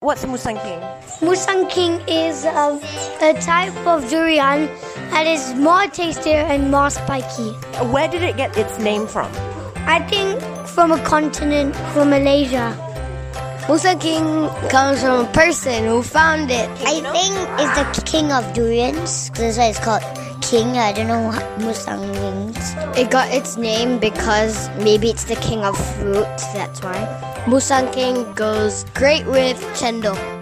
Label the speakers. Speaker 1: What's musang king?
Speaker 2: Musang king is um, a type of durian that is more tastier and more spiky.
Speaker 1: Where did it get its name from?
Speaker 2: I think from a continent from Malaysia.
Speaker 3: Musa King comes from a person who found it.
Speaker 4: I think it's the king of durians. That's why it's called king. I don't know what Musang means.
Speaker 3: It got its name because maybe it's the king of fruits, that's why. Musang King goes great with chendol.